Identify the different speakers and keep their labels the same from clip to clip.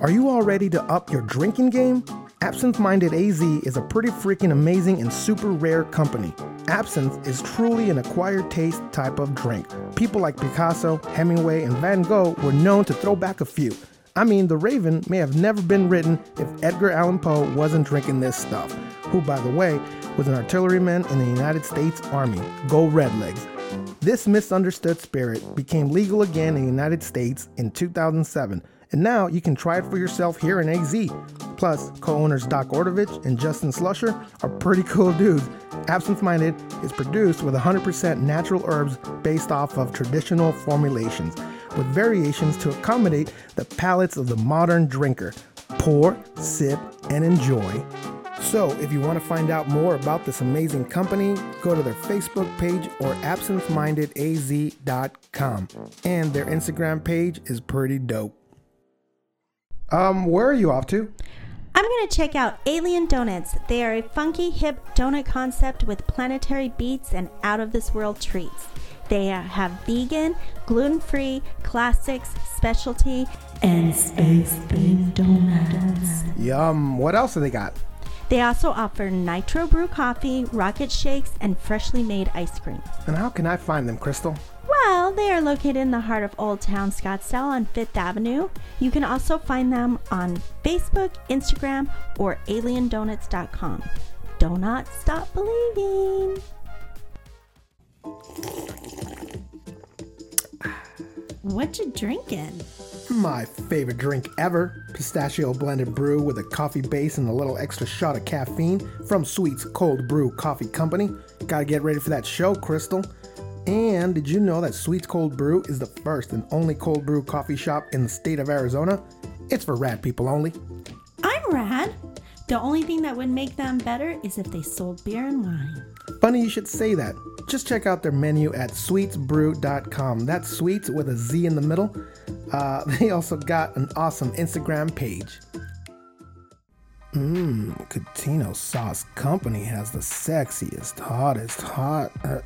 Speaker 1: Are you all ready to up your drinking game? Absinthe Minded AZ is a pretty freaking amazing and super rare company. Absinthe is truly an acquired taste type of drink. People like Picasso, Hemingway, and Van Gogh were known to throw back a few. I mean, The Raven may have never been written if Edgar Allan Poe wasn't drinking this stuff, who, by the way, was an artilleryman in the United States Army. Go Redlegs. This misunderstood spirit became legal again in the United States in 2007, and now you can try it for yourself here in AZ. Plus, co owners Doc Ordovich and Justin Slusher are pretty cool dudes. Absinthe Minded is produced with 100% natural herbs based off of traditional formulations, with variations to accommodate the palates of the modern drinker. Pour, sip, and enjoy. So, if you want to find out more about this amazing company, go to their Facebook page or absentmindedaz.com. And their Instagram page is pretty dope. Um, where are you off to?
Speaker 2: I'm going to check out Alien Donuts. They are a funky, hip donut concept with planetary beats and out of this world treats. They have vegan, gluten free, classics, specialty, and space themed donuts.
Speaker 1: Yum. What else do they got?
Speaker 2: They also offer nitro brew coffee, rocket shakes, and freshly made ice cream.
Speaker 1: And how can I find them, Crystal?
Speaker 2: Well, they are located in the heart of Old Town Scottsdale on Fifth Avenue. You can also find them on Facebook, Instagram, or aliendonuts.com. Do not stop believing.
Speaker 3: What you drinking?
Speaker 1: My favorite drink ever pistachio blended brew with a coffee base and a little extra shot of caffeine from Sweet's Cold Brew Coffee Company. Gotta get ready for that show, Crystal. And did you know that Sweet's Cold Brew is the first and only cold brew coffee shop in the state of Arizona? It's for rad people only.
Speaker 3: I'm rad. The only thing that would make them better is if they sold beer and wine.
Speaker 1: Funny you should say that. Just check out their menu at sweetsbrew.com. That's sweets with a Z in the middle. Uh, they also got an awesome Instagram page. Mmm, Catino Sauce Company has the sexiest, hottest, hot. Uh,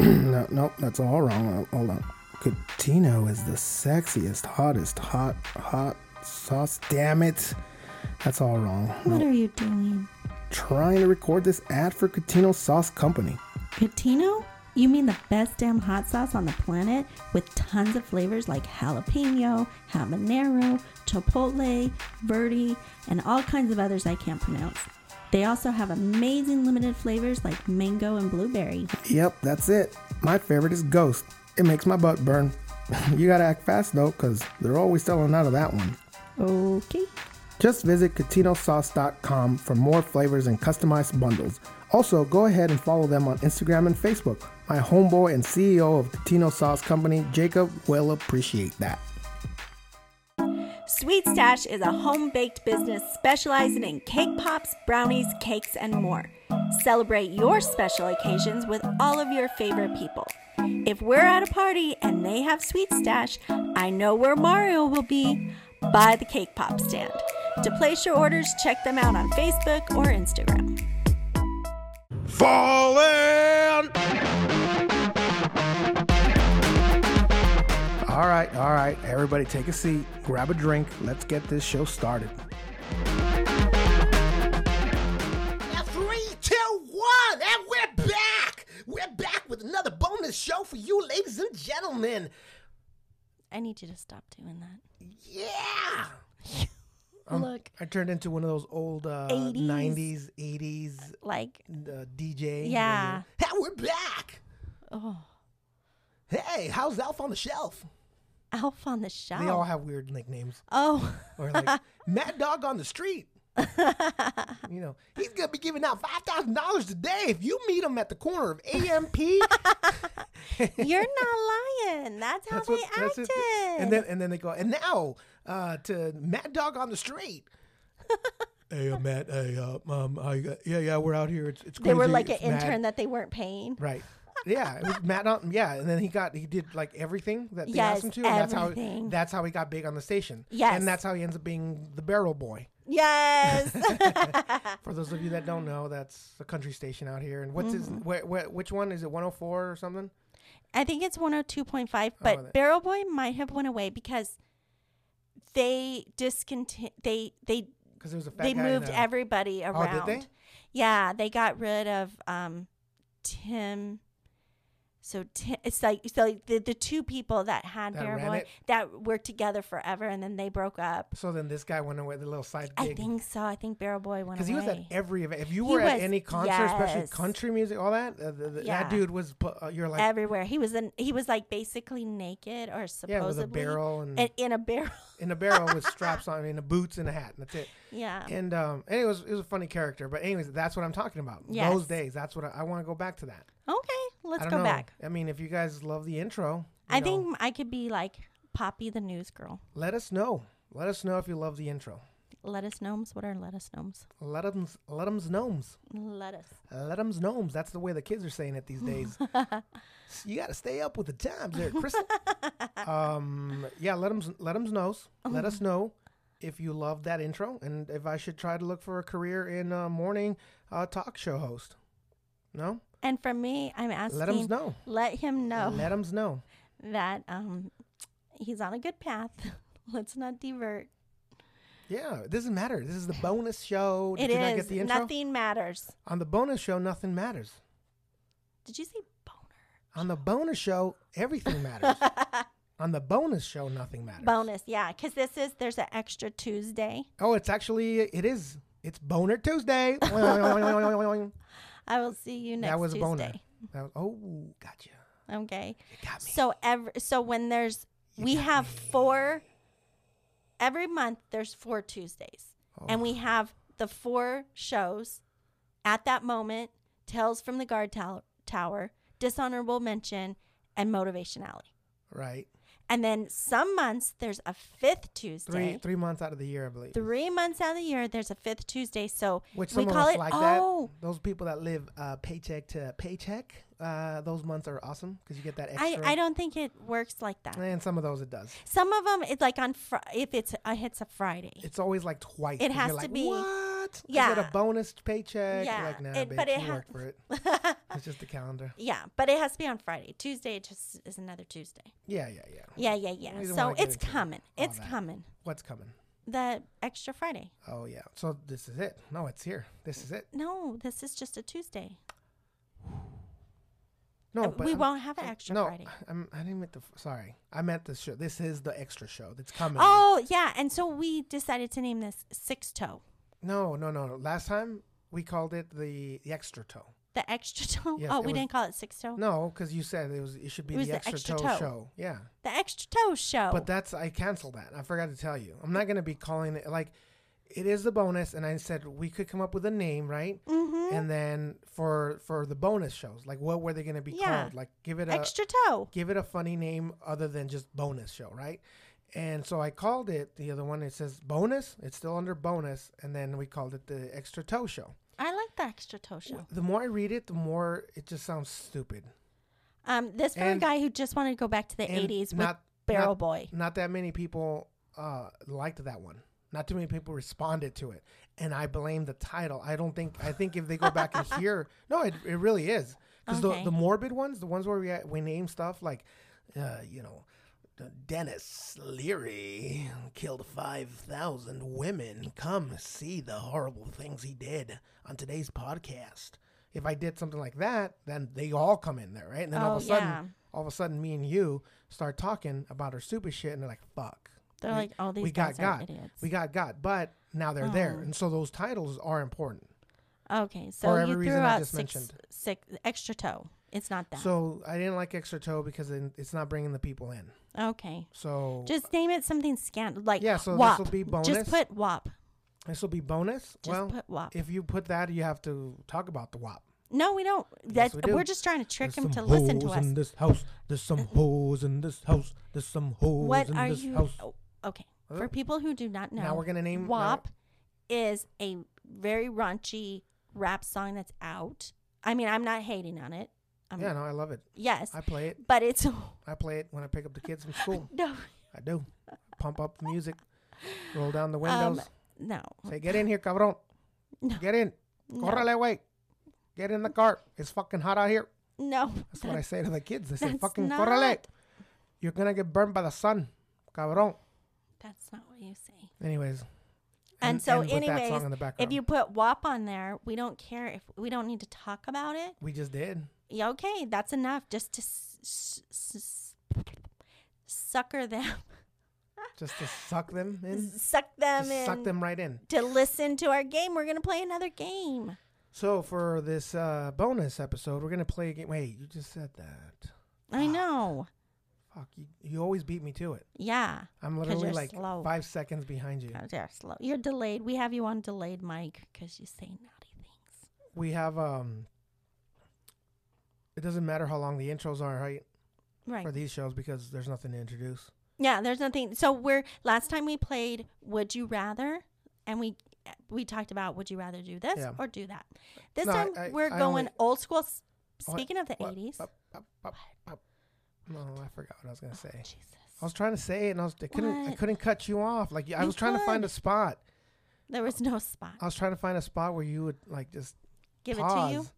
Speaker 1: no, nope, that's all wrong. Uh, Hold on. Catino is the sexiest, hottest, hot, hot sauce. Damn it. That's all wrong.
Speaker 3: What are you doing?
Speaker 1: Trying to record this ad for Catino Sauce Company.
Speaker 3: Catino? You mean the best damn hot sauce on the planet with tons of flavors like jalapeno, habanero, chipotle, verde, and all kinds of others I can't pronounce. They also have amazing limited flavors like mango and blueberry.
Speaker 1: Yep, that's it. My favorite is Ghost. It makes my butt burn. you gotta act fast though, because they're always selling out of that one.
Speaker 3: Okay.
Speaker 1: Just visit catinosauce.com for more flavors and customized bundles. Also, go ahead and follow them on Instagram and Facebook. My homeboy and CEO of Catino Sauce Company, Jacob, will appreciate that.
Speaker 2: Sweet Stash is a home baked business specializing in cake pops, brownies, cakes, and more. Celebrate your special occasions with all of your favorite people. If we're at a party and they have Sweet Stash, I know where Mario will be by the cake pop stand. To place your orders, check them out on Facebook or Instagram.
Speaker 4: Falling!
Speaker 1: All right, all right, everybody take a seat, grab a drink, let's get this show started.
Speaker 4: Three, two, one, and we're back! We're back with another bonus show for you, ladies and gentlemen.
Speaker 3: I need you to stop doing that.
Speaker 4: Yeah!
Speaker 3: Look,
Speaker 1: Um, I turned into one of those old uh,
Speaker 3: 80s.
Speaker 1: 90s, 80s
Speaker 3: like,
Speaker 1: uh, DJ.
Speaker 3: yeah.
Speaker 4: Hey, we're back!
Speaker 3: Oh,
Speaker 4: Hey, how's Elf on the Shelf?
Speaker 3: Elf on the Shelf.
Speaker 1: They all have weird nicknames.
Speaker 3: oh,
Speaker 1: Or like,
Speaker 4: Mad Dog on the Street.
Speaker 1: you know,
Speaker 4: He's gonna be giving out $5,000 today if you meet him at the corner of AMP.
Speaker 3: you're not lying. That's how
Speaker 1: that's
Speaker 3: they
Speaker 1: what, that's
Speaker 3: acted.
Speaker 1: it. And then and then they go, and now uh, to Mad Dog on the Street. hey, uh, Matt. Hey, uh, um, I, uh, yeah, yeah, we're out here. It's, it's
Speaker 3: they were
Speaker 1: crazy.
Speaker 3: like an
Speaker 1: It's mad.
Speaker 3: intern that they weren't paying.
Speaker 1: Right. Yeah, it was Matt. On, yeah, and then he got he did like everything that they asked him
Speaker 3: Yes,
Speaker 1: to, and that's how
Speaker 3: everything.
Speaker 1: that's how he got big on the station.
Speaker 3: Yes.
Speaker 1: and that's how he ends up being the Barrel Boy.
Speaker 3: Yes.
Speaker 1: For those of you that don't know, that's a country station out here. And what's
Speaker 2: Mm-hmm.
Speaker 1: his? Where, where, which one is it? One hundred four or something?
Speaker 3: I think it's 102.5, but
Speaker 1: that-
Speaker 3: Barrel Boy might have went away because
Speaker 2: they discontinued. They they
Speaker 1: Because there was a fat
Speaker 2: they
Speaker 1: guy in
Speaker 2: moved
Speaker 1: a-
Speaker 2: everybody around.
Speaker 1: Oh, they?
Speaker 2: Yeah, they got rid of um, Tim. So Tim, it's like so like the the two people that had
Speaker 1: That
Speaker 2: Bear
Speaker 1: ran
Speaker 2: Boy
Speaker 1: it?
Speaker 2: that were together forever, and then they broke up.
Speaker 1: So then this guy went away, the little side
Speaker 2: I
Speaker 1: gig.
Speaker 2: think so. I think Barrel Boy went
Speaker 1: Because he was at
Speaker 2: away.
Speaker 1: every event. If you
Speaker 2: He
Speaker 1: were at
Speaker 2: was-
Speaker 1: any concert, especially
Speaker 2: yes.
Speaker 1: country music, all that, uh, th- th-
Speaker 2: Yeah.
Speaker 1: that dude was. pu- Uh, you're like,
Speaker 2: everywhere. He was in. He was like basically naked or supposedly
Speaker 1: yeah, with a barrel and,
Speaker 2: and in a barrel.
Speaker 1: in a barrel with straps on, in a boots and a hat, and that's it.
Speaker 2: yeah.
Speaker 1: And um, and it was it was a funny character. But anyways, that's what I'm talking about. Those
Speaker 2: Yes.
Speaker 1: days. That's what I, I want to go back to. That.
Speaker 2: Okay, let's
Speaker 1: I don't
Speaker 2: go
Speaker 1: know.
Speaker 2: back.
Speaker 1: I mean, if you guys love the intro, you
Speaker 2: I
Speaker 1: know,
Speaker 2: think I could be like Poppy the news girl.
Speaker 1: Let us know. Let us know if you love the intro.
Speaker 2: Lettuce gnomes. What are lettuce gnomes?
Speaker 1: Let 'em let 'em's gnomes.
Speaker 2: Lettuce.
Speaker 1: Let 'em's gnomes. That's the way the kids are saying it these days. S- you got to stay up with the times there, Kristen. um, yeah, let 'em's let 'em's knows. Let us know if you love that intro and if I should try to look for a career in uh, morning uh, talk show host. No?
Speaker 2: And for me, I'm asking.
Speaker 1: Let 'em's know.
Speaker 2: Let him know
Speaker 1: Let 'em's know.
Speaker 2: that um, he's on a good path. let's not divert.
Speaker 1: Yeah, it doesn't matter. This is the bonus show. Oh, Did
Speaker 2: it
Speaker 1: you not
Speaker 2: is
Speaker 1: get the intro?
Speaker 2: nothing matters.
Speaker 1: On the bonus show, nothing matters.
Speaker 2: Did you say boner?
Speaker 1: On the bonus show, everything matters. On the bonus show, nothing matters.
Speaker 2: Bonus, yeah, because this is there's an extra Tuesday.
Speaker 1: Oh, it's actually it is. It's Boner Tuesday. that
Speaker 2: I will see you next
Speaker 1: was
Speaker 2: Tuesday.
Speaker 1: Boner. That was, oh, gotcha.
Speaker 2: Okay.
Speaker 1: You got me.
Speaker 2: So every so when there's we have four every month there's four Tuesdays. And we
Speaker 1: Oh.
Speaker 2: have the four shows at that moment, Tales from the Guard Tow- Tower, Dishonorable Mention, and Motivation Alley.
Speaker 1: Right.
Speaker 2: And then some months there's a fifth
Speaker 1: Three
Speaker 2: Tuesday.
Speaker 1: three months out of the year, I believe.
Speaker 2: Three months out of the year there's a fifth Tuesday. So
Speaker 1: Which
Speaker 2: we
Speaker 1: some of
Speaker 2: call
Speaker 1: us
Speaker 2: it
Speaker 1: like
Speaker 2: oh
Speaker 1: that. Those people that live uh, paycheck to paycheck, uh, those months are awesome because you get that
Speaker 2: I,
Speaker 1: extra.
Speaker 2: I don't think it works like that.
Speaker 1: And some of those it does.
Speaker 2: Some of them, it's like on fr- if it's uh, hits a Friday.
Speaker 1: It's always like twice. 'cause
Speaker 2: It
Speaker 1: you're
Speaker 2: has to
Speaker 1: like,
Speaker 2: be-
Speaker 1: What? I get
Speaker 2: Yeah.
Speaker 1: a bonus paycheck. You're
Speaker 2: Yeah,
Speaker 1: like, nah,
Speaker 2: it-
Speaker 1: bitch,
Speaker 2: but it
Speaker 1: you
Speaker 2: ha-
Speaker 1: work for it. It's just the calendar.
Speaker 2: yeah, but it has to be on Friday. Tuesday just is another Tuesday.
Speaker 1: Yeah, yeah, yeah.
Speaker 2: Yeah, yeah, yeah.
Speaker 1: We don't
Speaker 2: So
Speaker 1: wanna get
Speaker 2: it's
Speaker 1: into
Speaker 2: coming.
Speaker 1: all
Speaker 2: It's
Speaker 1: that.
Speaker 2: coming.
Speaker 1: What's coming?
Speaker 2: The extra Friday.
Speaker 1: Oh yeah. So this is it. No, it's here. This is it.
Speaker 2: No, this is just a Tuesday.
Speaker 1: No,
Speaker 2: Uh,
Speaker 1: but
Speaker 2: we
Speaker 1: I'm-
Speaker 2: won't have an extra
Speaker 1: no,
Speaker 2: Friday.
Speaker 1: I'm, I didn't mean the. Sorry, I meant the show. This is the extra show that's coming.
Speaker 2: Oh yeah, and so we decided to name this six toe.
Speaker 1: No, no, no. no. Last time we called it the the extra toe.
Speaker 2: The extra toe.
Speaker 1: Yes,
Speaker 2: oh,
Speaker 1: it
Speaker 2: we
Speaker 1: was-
Speaker 2: didn't call it six toe.
Speaker 1: No, because you said it was. It should be
Speaker 2: It was
Speaker 1: the extra, toe, show. Yeah.
Speaker 2: The extra toe show.
Speaker 1: But that's I canceled that. I forgot to tell you. I'm not gonna be calling it like it is the bonus, and I said we could come up with a name, right? Mm-hmm. And then for for the bonus shows, like what were they gonna be
Speaker 2: Yeah.
Speaker 1: called? Like give it a
Speaker 2: extra toe.
Speaker 1: give it a funny name other than just bonus show, right? And so I called it the other one. It says bonus. It's still under bonus, and then we called it the extra toe show.
Speaker 2: I like the extra toe show.
Speaker 1: The more I read it, the more it just sounds stupid.
Speaker 2: Um, this from a
Speaker 1: and-
Speaker 2: guy who just wanted to go back to the
Speaker 1: And
Speaker 2: '80s with Barrel
Speaker 1: not-
Speaker 2: Boy.
Speaker 1: Not that many people uh, liked that one. Not too many people responded to it, and I blame the title. I don't think. I think if they go back and hear, no, it, it really is because
Speaker 2: Okay.
Speaker 1: the, the morbid ones, the ones where we we name stuff like, uh, you know, the Dennis Leary killed five thousand women. Come see the horrible things he did on today's podcast. If I did something like that, then they all come in there, right? And then all of a
Speaker 2: Oh,
Speaker 1: sudden,
Speaker 2: yeah.
Speaker 1: all of a sudden me and you start talking about our stupid shit and they're like fuck
Speaker 2: They're
Speaker 1: we,
Speaker 2: like, "Oh, these
Speaker 1: we got
Speaker 2: guys are
Speaker 1: god
Speaker 2: idiots."
Speaker 1: we got god but now they're
Speaker 2: Oh.
Speaker 1: there and so those titles are important
Speaker 2: Okay, so
Speaker 1: For
Speaker 2: you
Speaker 1: every
Speaker 2: threw
Speaker 1: reason I
Speaker 2: out
Speaker 1: just
Speaker 2: six,
Speaker 1: mentioned.
Speaker 2: six extra toe. It's not that.
Speaker 1: so i didn't like extra toe because then it's not bringing the people in
Speaker 2: okay,
Speaker 1: so
Speaker 2: just name it something scant like
Speaker 1: Oh. Yeah, so
Speaker 2: WAP.
Speaker 1: this'll be bonus.
Speaker 2: Just put WAP.
Speaker 1: this will be bonus
Speaker 2: Just
Speaker 1: well
Speaker 2: put WAP.
Speaker 1: if you put that you have to talk about the wap
Speaker 2: No, we don't. That's
Speaker 1: we do.
Speaker 2: we're just trying to trick
Speaker 1: There's
Speaker 2: him
Speaker 1: some
Speaker 2: to listen to
Speaker 1: hoes
Speaker 2: us.
Speaker 1: in this house there's some hoes in this house there's some hoes
Speaker 2: What
Speaker 1: in
Speaker 2: are
Speaker 1: this
Speaker 2: you?
Speaker 1: house
Speaker 2: oh, okay, for people who do not know,
Speaker 1: Now we're gonna name-
Speaker 2: WAP is a very raunchy rap song that's out. I mean, I'm not hating on it. I'm,
Speaker 1: yeah no i love it
Speaker 2: Yes,
Speaker 1: i play it
Speaker 2: but it's
Speaker 1: i play it when i pick up the kids from school
Speaker 2: no,
Speaker 1: i do pump up the music roll down the windows
Speaker 2: no.
Speaker 1: Say, get in here, cabrón.
Speaker 2: Um, No.
Speaker 1: Get in.
Speaker 2: No.
Speaker 1: Correle, way. Get in the car. It's fucking hot out here.
Speaker 2: No,
Speaker 1: That's what I say to the kids. I say,
Speaker 2: that's
Speaker 1: fucking
Speaker 2: not-
Speaker 1: correle. You're going to get burned by the sun, cabrón.
Speaker 2: that's not what you say.
Speaker 1: Anyways.
Speaker 2: And, so,
Speaker 1: with that
Speaker 2: anyways,
Speaker 1: song in the background.
Speaker 2: if you put WAP on there, we don't care if we don't need to talk about it.
Speaker 1: we just did.
Speaker 2: Yeah, okay, that's enough just to s- s- s- sucker them,
Speaker 1: Just to suck them in.
Speaker 2: suck them
Speaker 1: Just
Speaker 2: in,
Speaker 1: suck them right in.
Speaker 2: to listen to our game. We're gonna play another game.
Speaker 1: So for this uh, bonus episode, we're gonna play a game. Wait, you just said that. Ah.
Speaker 2: I know.
Speaker 1: Fuck you! You always beat me to it.
Speaker 2: Yeah,
Speaker 1: I'm
Speaker 2: 'Cause
Speaker 1: literally
Speaker 2: you're
Speaker 1: like
Speaker 2: slow.
Speaker 1: five seconds behind you.
Speaker 2: God, you're slow. You're delayed. We have you on delayed mic because you say naughty things.
Speaker 1: We have um. It doesn't matter how long the intros are, right?
Speaker 2: Right.
Speaker 1: For these shows, because there's nothing to introduce.
Speaker 2: Yeah, there's nothing. So we're last time we played Would You Rather, and we we talked about Would you rather do this
Speaker 1: Yeah.
Speaker 2: or do that. This
Speaker 1: No, I-
Speaker 2: time
Speaker 1: I-
Speaker 2: we're
Speaker 1: I
Speaker 2: going
Speaker 1: only-
Speaker 2: old school. s-
Speaker 1: Oh, I-
Speaker 2: Speaking of the
Speaker 1: what?
Speaker 2: eighties,
Speaker 1: Up, up, up, up. No, I forgot what I was gonna say. I
Speaker 2: Jesus,
Speaker 1: was trying to say it, and I was I couldn't. I
Speaker 2: What?
Speaker 1: couldn't cut you off. Like I
Speaker 2: You
Speaker 1: was trying to find a
Speaker 2: could.
Speaker 1: spot.
Speaker 2: there was no spot.
Speaker 1: I was trying to find a spot where you would like just
Speaker 2: Give
Speaker 1: pause
Speaker 2: it to you.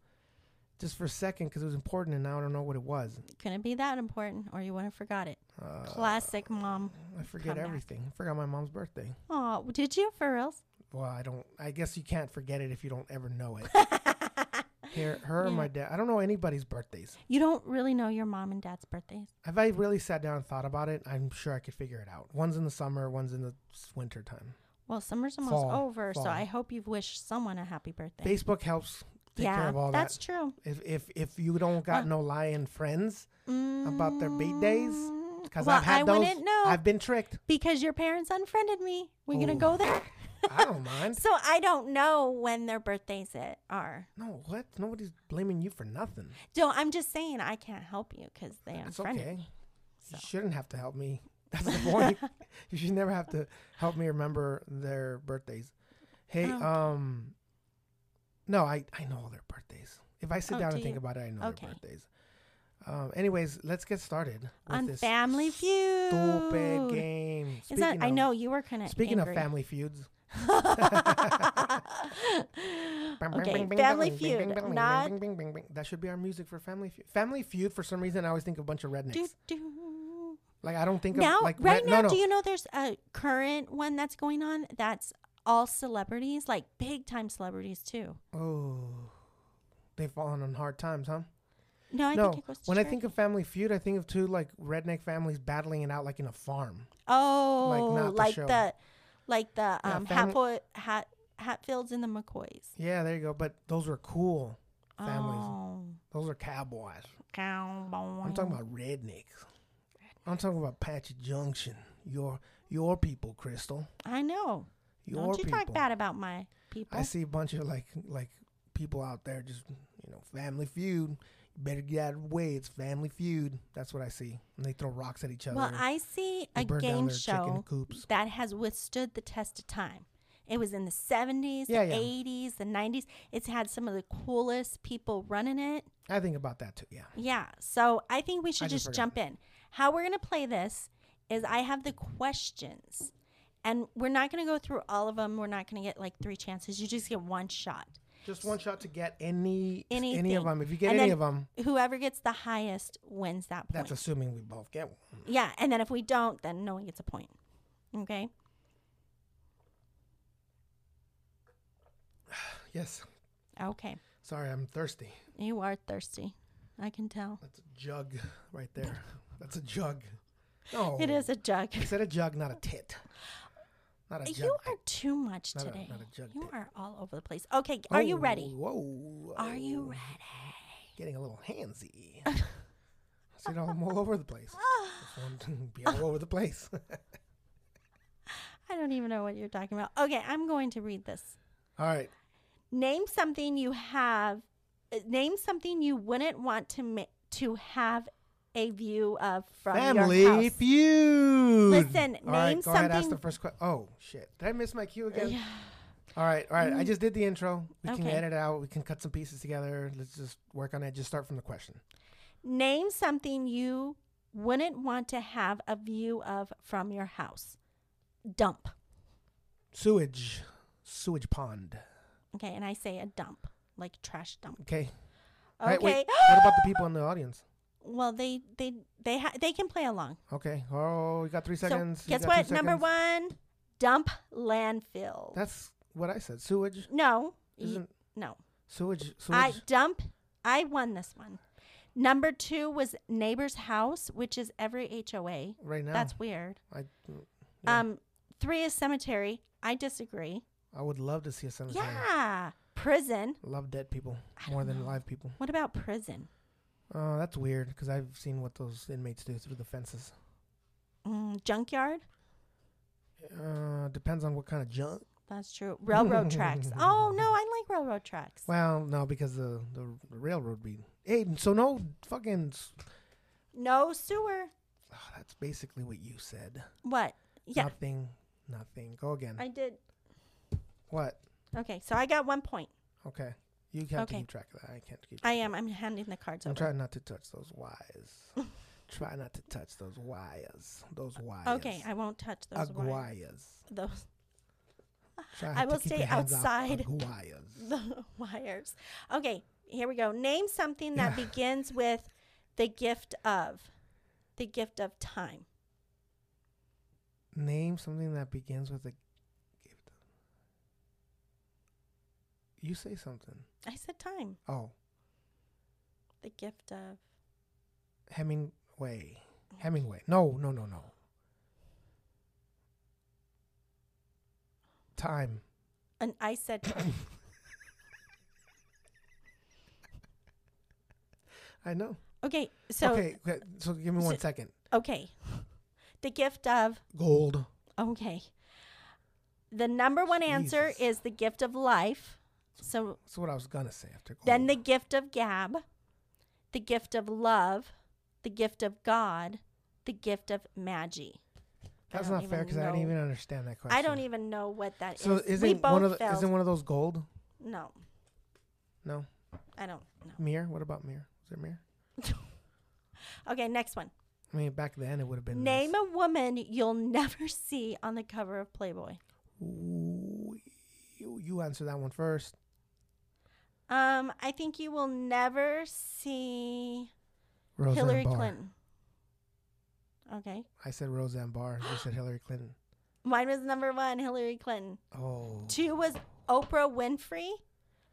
Speaker 1: just for a second because it was important, and now I don't know what it was.
Speaker 2: Couldn't be that important, or you would have forgot it.
Speaker 1: Uh,
Speaker 2: Classic mom.
Speaker 1: I forget
Speaker 2: comeback.
Speaker 1: everything. I forgot my mom's birthday.
Speaker 2: Oh, did you for reals?
Speaker 1: Well, I don't. I guess you can't forget it if you don't ever know it. Here, her and my dad. I don't know anybody's birthdays.
Speaker 2: You don't really know your mom and dad's birthdays.
Speaker 1: If I really sat down and thought about it, I'm sure I could figure it out. One's in the summer, one's in the s- winter time.
Speaker 2: Well, summer's almost
Speaker 1: Fall,
Speaker 2: over,
Speaker 1: fall.
Speaker 2: so I hope you've wished someone a happy birthday.
Speaker 1: Facebook helps take
Speaker 2: yeah,
Speaker 1: care of all
Speaker 2: that's
Speaker 1: that.
Speaker 2: true.
Speaker 1: If if if you don't got no lying friends about their beat days, because
Speaker 2: Mm, well,
Speaker 1: I've had
Speaker 2: I
Speaker 1: those,
Speaker 2: wouldn't know.
Speaker 1: I've been tricked.
Speaker 2: because your parents unfriended me. We're gonna
Speaker 1: Ooh.
Speaker 2: go there.
Speaker 1: I don't mind.
Speaker 2: so I don't know when their birthdays it are.
Speaker 1: No, what? Nobody's blaming you for nothing.
Speaker 2: So I'm just saying I can't help you because they
Speaker 1: It's
Speaker 2: unfriended
Speaker 1: okay.
Speaker 2: me.
Speaker 1: You shouldn't have to help me. That's the point. you should never have to help me remember their birthdays. Hey,
Speaker 2: Oh.
Speaker 1: um, no, I I know all their birthdays. If I sit
Speaker 2: Oh,
Speaker 1: down
Speaker 2: do
Speaker 1: and think
Speaker 2: you?
Speaker 1: about it, I know
Speaker 2: Okay.
Speaker 1: their birthdays. Um, anyways, let's get started with
Speaker 2: on
Speaker 1: this
Speaker 2: Family Feud.
Speaker 1: stupid game.
Speaker 2: Is that, I
Speaker 1: of-
Speaker 2: know you were kind of
Speaker 1: Speaking
Speaker 2: angry.
Speaker 1: of family feuds, Bing, bing,
Speaker 2: Okay,
Speaker 1: bing, bing,
Speaker 2: Family
Speaker 1: bing, bing, bing,
Speaker 2: Feud,
Speaker 1: bing, bing,
Speaker 2: not-
Speaker 1: bing, bing, bing, bing. that should be our music for Family Feud. Family Feud, for some reason, I always think of a bunch of rednecks.
Speaker 2: Do, do.
Speaker 1: Like I don't think
Speaker 2: Now,
Speaker 1: of like
Speaker 2: right
Speaker 1: red-
Speaker 2: now,
Speaker 1: no, no.
Speaker 2: do you know there's a current one that's going on that's all celebrities, like big time celebrities too.
Speaker 1: Oh, they've fallen on hard times, huh?
Speaker 2: No, I
Speaker 1: no.
Speaker 2: think it goes to
Speaker 1: when I think of Family Feud, I think of two like redneck families battling it out like in a farm.
Speaker 2: Oh,
Speaker 1: not the
Speaker 2: like
Speaker 1: show.
Speaker 2: the, like the
Speaker 1: Yeah,
Speaker 2: um,
Speaker 1: fami-
Speaker 2: Hatfo- Hat Hatfields and the McCoys.
Speaker 1: Yeah, there you go. But those were cool families.
Speaker 2: Oh,
Speaker 1: Those are cowboys.
Speaker 2: cowboy.
Speaker 1: I'm talking about rednecks. I'm talking about Patchy Junction. Your your people, Crystal.
Speaker 2: I know.
Speaker 1: Your
Speaker 2: Don't you
Speaker 1: people.
Speaker 2: talk bad about my people.
Speaker 1: I see a bunch of like like people out there just you know Family Feud. You better get out of the way. It's Family Feud. That's what I see. And they throw rocks at each other.
Speaker 2: Well, I see
Speaker 1: They
Speaker 2: a
Speaker 1: burn down
Speaker 2: game
Speaker 1: their chicken
Speaker 2: show
Speaker 1: coops.
Speaker 2: that has withstood the test of time. It was in the 70s,
Speaker 1: Yeah,
Speaker 2: the
Speaker 1: yeah.
Speaker 2: 80s, the 90s. It's had some of the coolest people running it.
Speaker 1: I think about that too. Yeah.
Speaker 2: Yeah. So I think we should
Speaker 1: I just
Speaker 2: just,
Speaker 1: forgot.
Speaker 2: jump in. How we're going to play this is I have the questions, and we're not going to go through all of them. We're not going to get like three chances. You just get one shot.
Speaker 1: Just one shot to get any
Speaker 2: Anything.
Speaker 1: any of them. If you get
Speaker 2: And
Speaker 1: any
Speaker 2: then
Speaker 1: of them,
Speaker 2: Whoever gets the highest wins that point.
Speaker 1: that's assuming we both get one.
Speaker 2: yeah. And then if we don't, then no one gets a point. Okay.
Speaker 1: Yes.
Speaker 2: Okay.
Speaker 1: Sorry, I'm thirsty.
Speaker 2: You are thirsty. I can tell.
Speaker 1: That's a jug right there. That's a jug. No.
Speaker 2: It is a jug.
Speaker 1: I said a jug, Oh, not a tit. Not a jug.
Speaker 2: You are too much
Speaker 1: Not a-
Speaker 2: today.
Speaker 1: not a jug
Speaker 2: you
Speaker 1: tit.
Speaker 2: are all over the place. Okay. Are you
Speaker 1: Oh,
Speaker 2: ready?
Speaker 1: Whoa.
Speaker 2: Are you ready?
Speaker 1: Getting a little handsy. I said I'm all over the place. Just want to be all over the place.
Speaker 2: I don't even know what you're talking about. Okay. I'm going to read this.
Speaker 1: all right.
Speaker 2: Name something you have. uh, Name something you wouldn't want to ma- to have a view of from your
Speaker 1: Family
Speaker 2: house.
Speaker 1: Feud.
Speaker 2: Listen,
Speaker 1: All right,
Speaker 2: name
Speaker 1: go ahead. Ask the
Speaker 2: something-
Speaker 1: first question. Oh shit! Did I miss my cue again? All right, all right. I just did the intro. We can
Speaker 2: Mm. Okay.
Speaker 1: edit out. We can cut some pieces together. Let's just work on it. Just start from the question.
Speaker 2: Name something you wouldn't want to have a view of from your house. Dump.
Speaker 1: Sewage, sewage pond.
Speaker 2: Okay, and I say a dump, like trash dump.
Speaker 1: Okay. All
Speaker 2: Okay.
Speaker 1: right, wait. what about the people in the audience?
Speaker 2: Well, they they they ha- they can play along.
Speaker 1: Okay. Oh, we got three
Speaker 2: So
Speaker 1: seconds. You
Speaker 2: guess
Speaker 1: got two
Speaker 2: what? Number
Speaker 1: seconds.
Speaker 2: one, dump landfill.
Speaker 1: That's what I said. Sewage.
Speaker 2: no, y-
Speaker 1: Isn't-
Speaker 2: no.
Speaker 1: Sewage. Sewage.
Speaker 2: I dump. I won this one. Number two was neighbor's house, which is every HOA.
Speaker 1: right now.
Speaker 2: That's weird.
Speaker 1: I,
Speaker 2: Um, three is cemetery. I disagree.
Speaker 1: I would love to see a cemetery.
Speaker 2: Yeah, prison.
Speaker 1: Love dead people more than live people.
Speaker 2: What about prison?
Speaker 1: Uh, that's weird because I've seen what those inmates do through the fences.
Speaker 2: Mm, junkyard.
Speaker 1: Uh, depends on what kind of junk.
Speaker 2: That's true. Railroad tracks. Oh no, I like railroad tracks.
Speaker 1: Well, no, because the the, the railroad be. Hey, so no fucking. s-
Speaker 2: No sewer.
Speaker 1: Oh, that's basically what you said.
Speaker 2: What? Yeah,
Speaker 1: Nothing. Nothing. Go again.
Speaker 2: I did.
Speaker 1: what?
Speaker 2: Okay, so I got one point.
Speaker 1: Okay. You have to
Speaker 2: Okay.
Speaker 1: keep track of that. I can't keep.
Speaker 2: I am. I'm handing the cards
Speaker 1: I'm
Speaker 2: over.
Speaker 1: trying not to touch those wires. Try not to touch those wires. Those wires.
Speaker 2: Okay, I won't touch those. wi-
Speaker 1: Aguayas.
Speaker 2: Those
Speaker 1: Try
Speaker 2: I
Speaker 1: to
Speaker 2: will
Speaker 1: keep your
Speaker 2: stay
Speaker 1: hands off
Speaker 2: outside.
Speaker 1: Aguayas.
Speaker 2: the wires. Okay, here we go. Name something that
Speaker 1: Yeah.
Speaker 2: begins with the gift of, the gift of time.
Speaker 1: Name something that begins with a gift. You say something.
Speaker 2: I said time.
Speaker 1: Oh,
Speaker 2: The gift of.
Speaker 1: Hemingway. Hemingway. No, no, no, no. Time.
Speaker 2: And I said time.
Speaker 1: I know.
Speaker 2: okay, so okay.
Speaker 1: okay, okay, so give me one second.
Speaker 2: the gift of.
Speaker 1: Gold.
Speaker 2: Okay. The number one answer
Speaker 1: Jesus. Oh.
Speaker 2: is the gift of life. So
Speaker 1: That's what I was gonna say after gold.
Speaker 2: Then the gift of gab, the gift of love, the gift of God, the gift of magi. I
Speaker 1: That's
Speaker 2: don't
Speaker 1: not fair
Speaker 2: even
Speaker 1: because I don't
Speaker 2: know-
Speaker 1: even understand that question.
Speaker 2: I don't even know what that is.
Speaker 1: So
Speaker 2: we
Speaker 1: isn't
Speaker 2: both
Speaker 1: one of the,
Speaker 2: failed.
Speaker 1: isn't one of those gold?
Speaker 2: no,
Speaker 1: No.
Speaker 2: I don't know.
Speaker 1: Mir. What about Mir? Is there Mir?
Speaker 2: Okay, next one.
Speaker 1: I mean, back then it would have been nice.
Speaker 2: Name a woman you'll never see on the cover of Playboy.
Speaker 1: Ooh, you, you answer that one first.
Speaker 2: Um, I think you will never see
Speaker 1: Roseanne
Speaker 2: Hillary
Speaker 1: Barr.
Speaker 2: Clinton. Okay.
Speaker 1: I said Roseanne Barr. You said Hillary Clinton.
Speaker 2: Mine was number one, Hillary Clinton.
Speaker 1: Oh,
Speaker 2: Two was Oprah Winfrey.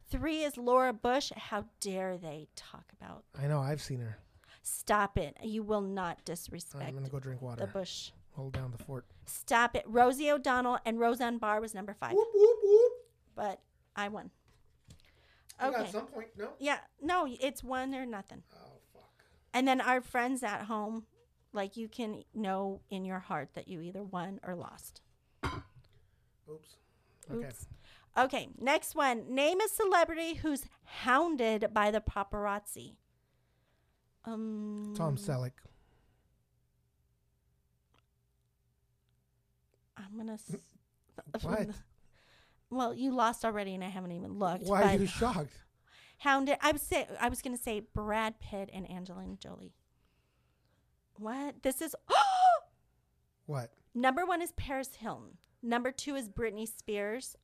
Speaker 2: Three is Laura Bush. How dare they talk about?
Speaker 1: I know. I've seen her.
Speaker 2: Stop it! You will not
Speaker 1: I'm
Speaker 2: disrespect
Speaker 1: gonna go drink
Speaker 2: the
Speaker 1: water.
Speaker 2: Bush.
Speaker 1: Hold down the fort.
Speaker 2: Stop it! Rosie O'Donnell and Roseanne Barr was number five,
Speaker 1: Whoop whoop whoop.
Speaker 2: but I won.
Speaker 1: You got
Speaker 2: Okay.
Speaker 1: some point. No.
Speaker 2: Yeah. No, it's one or nothing.
Speaker 1: Oh fuck.
Speaker 2: And then our friends at home, like you can know in your heart that you either won or lost.
Speaker 1: Oops. Okay.
Speaker 2: Oops. Okay, next one. Name a celebrity who's hounded by the paparazzi. Um,
Speaker 1: Tom Selleck.
Speaker 2: I'm gonna. S-
Speaker 1: Mm. What?
Speaker 2: well, you lost already, and I haven't even looked.
Speaker 1: Why are
Speaker 2: but
Speaker 1: you shocked?
Speaker 2: hounded? I was say I was gonna say Brad Pitt and Angelina Jolie. What? This is
Speaker 1: What?
Speaker 2: number one is Paris Hilton. Number two is Britney Spears.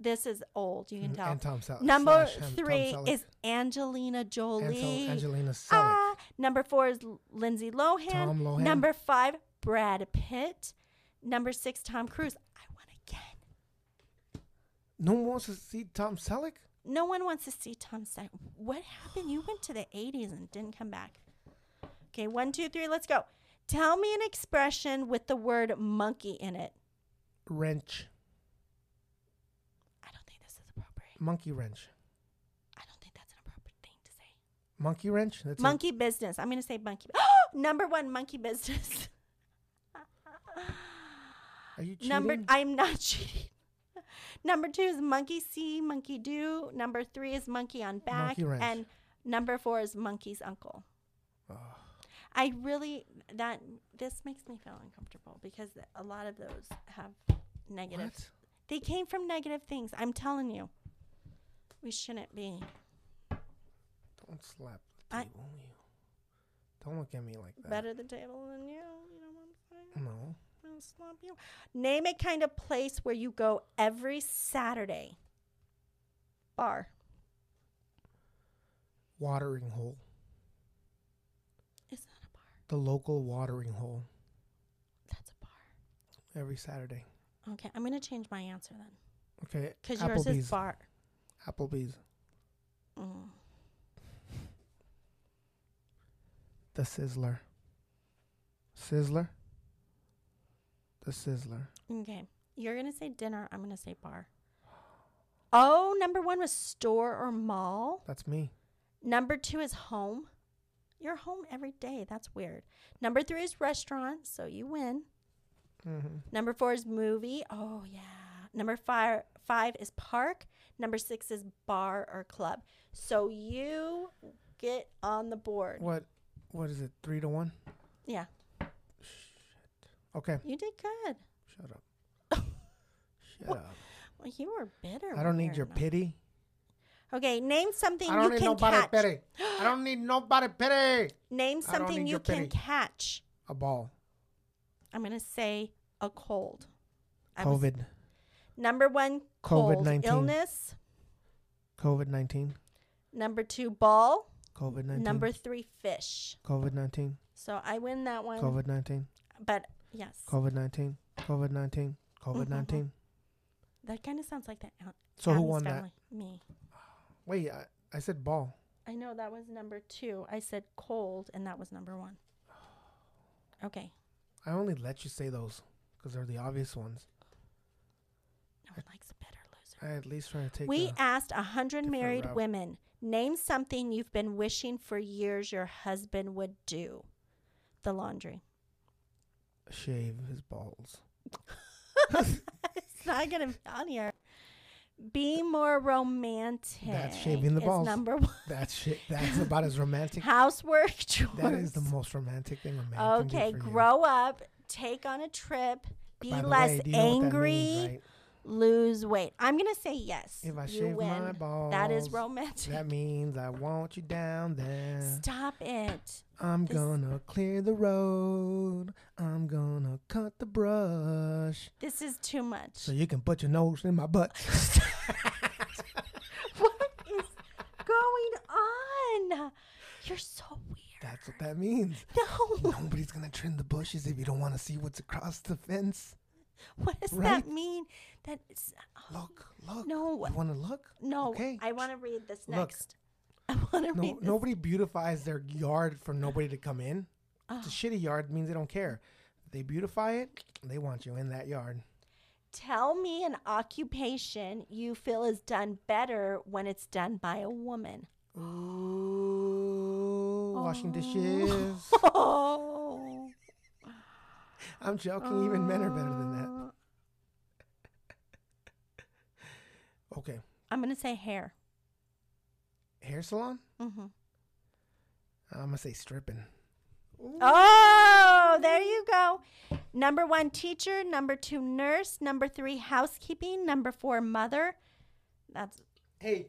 Speaker 2: This is old. You can
Speaker 1: And-
Speaker 2: tell.
Speaker 1: and Tom Sel-
Speaker 2: number
Speaker 1: Mm, slash, um, Tom
Speaker 2: three
Speaker 1: Selleck.
Speaker 2: is Angelina
Speaker 1: Ansel-
Speaker 2: Jolie.
Speaker 1: Angelina Selleck.
Speaker 2: Ah, number four is L- Lindsay Lohan.
Speaker 1: Tom Lohan.
Speaker 2: Number five, Brad Pitt. Number six, Tom Cruise. I won again.
Speaker 1: No one wants to see Tom Selleck.
Speaker 2: No one wants to see Tom Selleck. What happened? You went to the 80s and didn't come back. Okay, one, two, three, let's go. Tell me an expression with the word monkey in it.
Speaker 1: Wrench.
Speaker 2: I don't think this is appropriate.
Speaker 1: Monkey wrench.
Speaker 2: I don't think that's an appropriate thing to say.
Speaker 1: Monkey wrench. That's it.
Speaker 2: monkey business. I'm going to say monkey. Number one, monkey business.
Speaker 1: Are you cheating?
Speaker 2: Number I'm not cheating. number two is monkey see, monkey do. Number three is monkey on back,
Speaker 1: Monkey wrench.
Speaker 2: and number four is monkey's uncle.
Speaker 1: Oh.
Speaker 2: I really that this makes me feel uncomfortable because a lot of those have negative.
Speaker 1: What?
Speaker 2: They came from negative things. I'm telling you, we shouldn't be.
Speaker 1: Don't slap the
Speaker 2: I-
Speaker 1: table. you. Don't look at me like that.
Speaker 2: Better the table than you. You know what I'm saying?
Speaker 1: No.
Speaker 2: I'll slap you. Name a kind of place where you go every Saturday. Bar.
Speaker 1: Watering hole.
Speaker 2: Is that a bar?
Speaker 1: The local watering hole
Speaker 2: That's a bar.
Speaker 1: every Saturday.
Speaker 2: Okay, I'm gonna change my answer then,
Speaker 1: Okay.
Speaker 2: because yours is bar.
Speaker 1: Applebee's.
Speaker 2: Mm.
Speaker 1: The Sizzler. Sizzler. The Sizzler.
Speaker 2: Okay, you're gonna say dinner. I'm gonna say bar. Oh, number one was store or mall.
Speaker 1: That's me.
Speaker 2: Number two is home. You're home every day. That's weird. Number three is restaurant, so you win.
Speaker 1: Mm-hmm.
Speaker 2: Number four is movie. Oh yeah. Number five five is park. Number six is bar or club. So you get on the board.
Speaker 1: What? What is it? Three to one.
Speaker 2: Yeah,
Speaker 1: Okay.
Speaker 2: you did good.
Speaker 1: Shut up. Shut up.
Speaker 2: Well, you were bitter.
Speaker 1: I don't
Speaker 2: when
Speaker 1: need
Speaker 2: you
Speaker 1: your
Speaker 2: were
Speaker 1: pity.
Speaker 2: not- Okay, name something
Speaker 1: I don't
Speaker 2: you
Speaker 1: need
Speaker 2: can
Speaker 1: nobody
Speaker 2: catch.
Speaker 1: pity. I don't need nobody pity.
Speaker 2: Name
Speaker 1: I don't
Speaker 2: something
Speaker 1: need
Speaker 2: you
Speaker 1: your
Speaker 2: can
Speaker 1: pity.
Speaker 2: catch.
Speaker 1: A ball.
Speaker 2: I'm gonna say a cold. I was-
Speaker 1: COVID.
Speaker 2: number one, cold
Speaker 1: COVID-19.
Speaker 2: illness.
Speaker 1: COVID nineteen.
Speaker 2: Number two, ball.
Speaker 1: COVID nineteen.
Speaker 2: Number three, fish.
Speaker 1: COVID nineteen.
Speaker 2: So I win that one.
Speaker 1: COVID nineteen.
Speaker 2: But yes,
Speaker 1: COVID nineteen. COVID nineteen. COVID nineteen.
Speaker 2: Mm-hmm. that kind of sounds like that. Ad-
Speaker 1: So who
Speaker 2: Addams
Speaker 1: won that?
Speaker 2: Family. Me.
Speaker 1: Wait, I, I said ball.
Speaker 2: I know that was number two. I said cold, and that was number one. Okay.
Speaker 1: I only let you say those because they're the obvious ones.
Speaker 2: No one likes a better loser.
Speaker 1: I at least try to take.
Speaker 2: We
Speaker 1: the-
Speaker 2: asked a 100
Speaker 1: different
Speaker 2: married
Speaker 1: route.
Speaker 2: women, name something you've been wishing for years your husband would do. The laundry.
Speaker 1: shave his balls.
Speaker 2: It's not going to be on here. Be more romantic.
Speaker 1: shaving the
Speaker 2: is
Speaker 1: balls.
Speaker 2: Number one.
Speaker 1: That shit. That's about as romantic.
Speaker 2: Housework chores.
Speaker 1: That is the most romantic thing a man can do
Speaker 2: okay,
Speaker 1: for you.
Speaker 2: grow up, take on a trip, be
Speaker 1: By the way,
Speaker 2: less
Speaker 1: do you know what that
Speaker 2: angry,
Speaker 1: means, right?
Speaker 2: lose weight. I'm going to say yes.
Speaker 1: If I
Speaker 2: you
Speaker 1: shave
Speaker 2: win.
Speaker 1: my balls,
Speaker 2: that is romantic.
Speaker 1: That means I want you down there.
Speaker 2: Stop it.
Speaker 1: I'm
Speaker 2: this-
Speaker 1: gonna clear the road. I'm gonna cut the brush
Speaker 2: This is too much.
Speaker 1: so you can put your nose in my butt.
Speaker 2: What is going on? You're so weird.
Speaker 1: That's what that means.
Speaker 2: No.
Speaker 1: Nobody's gonna trim the bushes if you don't want to see what's across the fence.
Speaker 2: What does
Speaker 1: Right?
Speaker 2: that mean? That is,
Speaker 1: Look, look.
Speaker 2: No.
Speaker 1: You want to look?
Speaker 2: no.
Speaker 1: Okay.
Speaker 2: I want to read this
Speaker 1: Look.
Speaker 2: next. I want to
Speaker 1: No,
Speaker 2: read this.
Speaker 1: nobody beautifies their yard for nobody to come in. It's
Speaker 2: Ah.
Speaker 1: a shitty yard means they don't care. They beautify it. They want you in that yard.
Speaker 2: Tell me an occupation you feel is done better when it's done by a woman.
Speaker 1: Ooh, washing dishes.
Speaker 2: Oh.
Speaker 1: I'm joking. Even men are better than that.
Speaker 2: Uh,
Speaker 1: Okay,
Speaker 2: I'm going to say hair.
Speaker 1: hair salon.
Speaker 2: hmm
Speaker 1: I'm gonna say stripping.
Speaker 2: Oh, there you go. Number one, teacher. Number two, nurse. Number three, housekeeping. Number four, mother. That's
Speaker 1: Hey,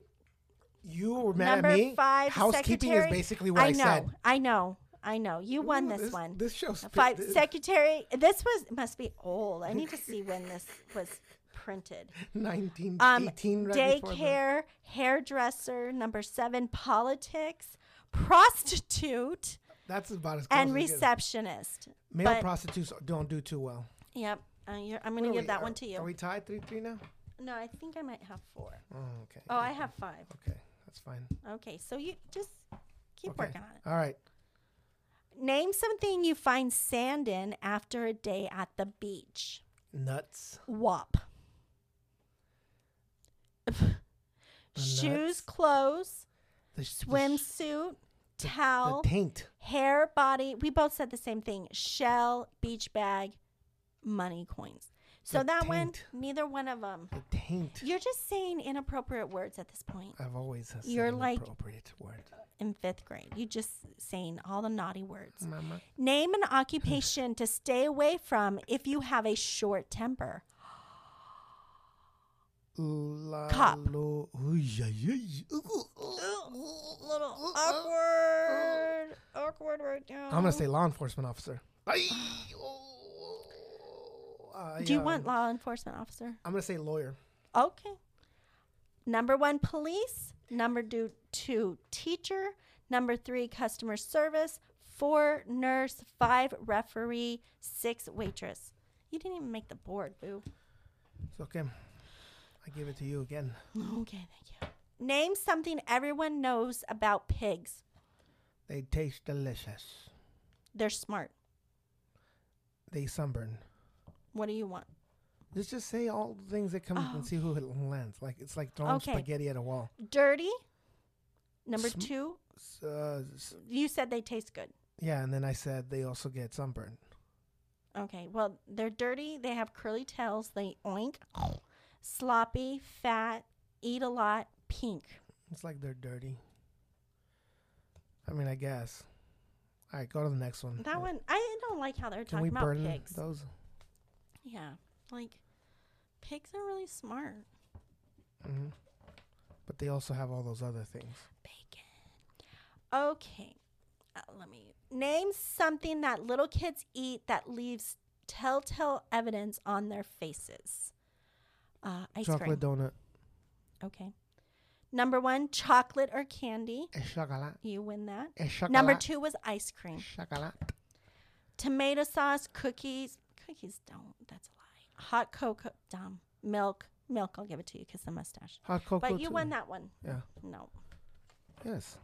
Speaker 1: you were mad
Speaker 2: number
Speaker 1: at me.
Speaker 2: five.
Speaker 1: Housekeeping
Speaker 2: secretary.
Speaker 1: is basically what I,
Speaker 2: know,
Speaker 1: said.
Speaker 2: I know. I know. You won
Speaker 1: Ooh,
Speaker 2: this, one.
Speaker 1: This show's
Speaker 2: five
Speaker 1: this-
Speaker 2: secretary. This was must be old. I need to see when this was printed.
Speaker 1: 19,
Speaker 2: Um,
Speaker 1: 18 right before the-
Speaker 2: daycare, hairdresser. Number seven, politics, prostitute,
Speaker 1: That's about as close
Speaker 2: and
Speaker 1: as it gets.
Speaker 2: receptionist.
Speaker 1: Male
Speaker 2: but-
Speaker 1: prostitutes don't do too well.
Speaker 2: Yep. Uh, you're, I'm going to
Speaker 1: Where
Speaker 2: give
Speaker 1: we-
Speaker 2: that
Speaker 1: are-
Speaker 2: one to you.
Speaker 1: Are we tied three three now?
Speaker 2: No, I think I might have four.
Speaker 1: Oh, okay.
Speaker 2: Oh, I have five.
Speaker 1: Okay, that's fine.
Speaker 2: Okay, so you just keep
Speaker 1: okay.
Speaker 2: working on it.
Speaker 1: All right.
Speaker 2: Name something you find sand in after a day at the beach.
Speaker 1: Nuts.
Speaker 2: Wop. Shoes,
Speaker 1: nuts?
Speaker 2: clothes,
Speaker 1: The, sh- the sh-
Speaker 2: swimsuit, towel,
Speaker 1: The taint.
Speaker 2: hair, body. We both said the same thing. Shell, beach bag, money coins. So
Speaker 1: The
Speaker 2: that one,
Speaker 1: taint.
Speaker 2: neither one of them.
Speaker 1: The taint.
Speaker 2: You're just saying inappropriate words at this point.
Speaker 1: I've always said
Speaker 2: You're
Speaker 1: an
Speaker 2: like-
Speaker 1: appropriate word.
Speaker 2: in fifth grade. You just saying all the naughty words.
Speaker 1: Mama.
Speaker 2: Name
Speaker 1: Hmm.
Speaker 2: an occupation to stay away from if you have a short temper.
Speaker 1: La
Speaker 2: Cop.
Speaker 1: lo- Ooh, yeah, yeah, yeah. Ooh, ooh, ooh, ooh, ooh,
Speaker 2: Awkward, awkward right now.
Speaker 1: I'm gonna say law enforcement officer. Ay, oh, I,
Speaker 2: Do you
Speaker 1: um,
Speaker 2: want law enforcement officer?
Speaker 1: I'm gonna say lawyer.
Speaker 2: Okay. Number one, police. Number do- two, teacher. Number three, customer service. Four, nurse. Five, referee. Six, waitress. You didn't even make the board, boo.
Speaker 1: okay. I give it to you again.
Speaker 3: Okay, thank you.
Speaker 2: Name something everyone knows about pigs.
Speaker 1: They taste delicious.
Speaker 2: They're smart.
Speaker 1: They sunburn.
Speaker 2: What do you want?
Speaker 1: Let's just say all the things that come up and see who it lands. Like it's like throwing
Speaker 2: Oh. Okay.
Speaker 1: spaghetti at a wall.
Speaker 2: Dirty. Number
Speaker 1: Sm-
Speaker 2: two,
Speaker 1: S- uh, s-
Speaker 2: you said they taste good.
Speaker 1: yeah, and then I said they also get sunburn.
Speaker 2: Okay, well, they're dirty. They have curly tails. They oink. Sloppy, fat, eat a lot, pink.
Speaker 1: It's like they're dirty. I mean, I guess. All right, go to the next one.
Speaker 2: That one, I don't like how they're
Speaker 1: Can
Speaker 2: talking
Speaker 1: we
Speaker 2: about
Speaker 1: burn
Speaker 2: pigs.
Speaker 1: those?
Speaker 2: Yeah, like pigs are really smart.
Speaker 1: hmm But they also have all those other things.
Speaker 2: Bacon. Okay, uh, let me name something that little kids eat that leaves telltale evidence on their faces. Uh, ice cream.
Speaker 1: Chocolate donut.
Speaker 2: Okay. Number one, chocolate or candy.
Speaker 1: Eh, Chocolate.
Speaker 2: You win that.
Speaker 1: Eh, Chocolate.
Speaker 2: Number two was ice cream.
Speaker 1: Chocolate.
Speaker 2: Tomato sauce, cookies. Cookies don't. That's a lie. Hot cocoa. Dumb. Milk. Milk. I'll give it to you because the mustache.
Speaker 1: Hot cocoa.
Speaker 2: But you
Speaker 1: too.
Speaker 2: won that one.
Speaker 1: Yeah.
Speaker 2: No.
Speaker 1: Yes.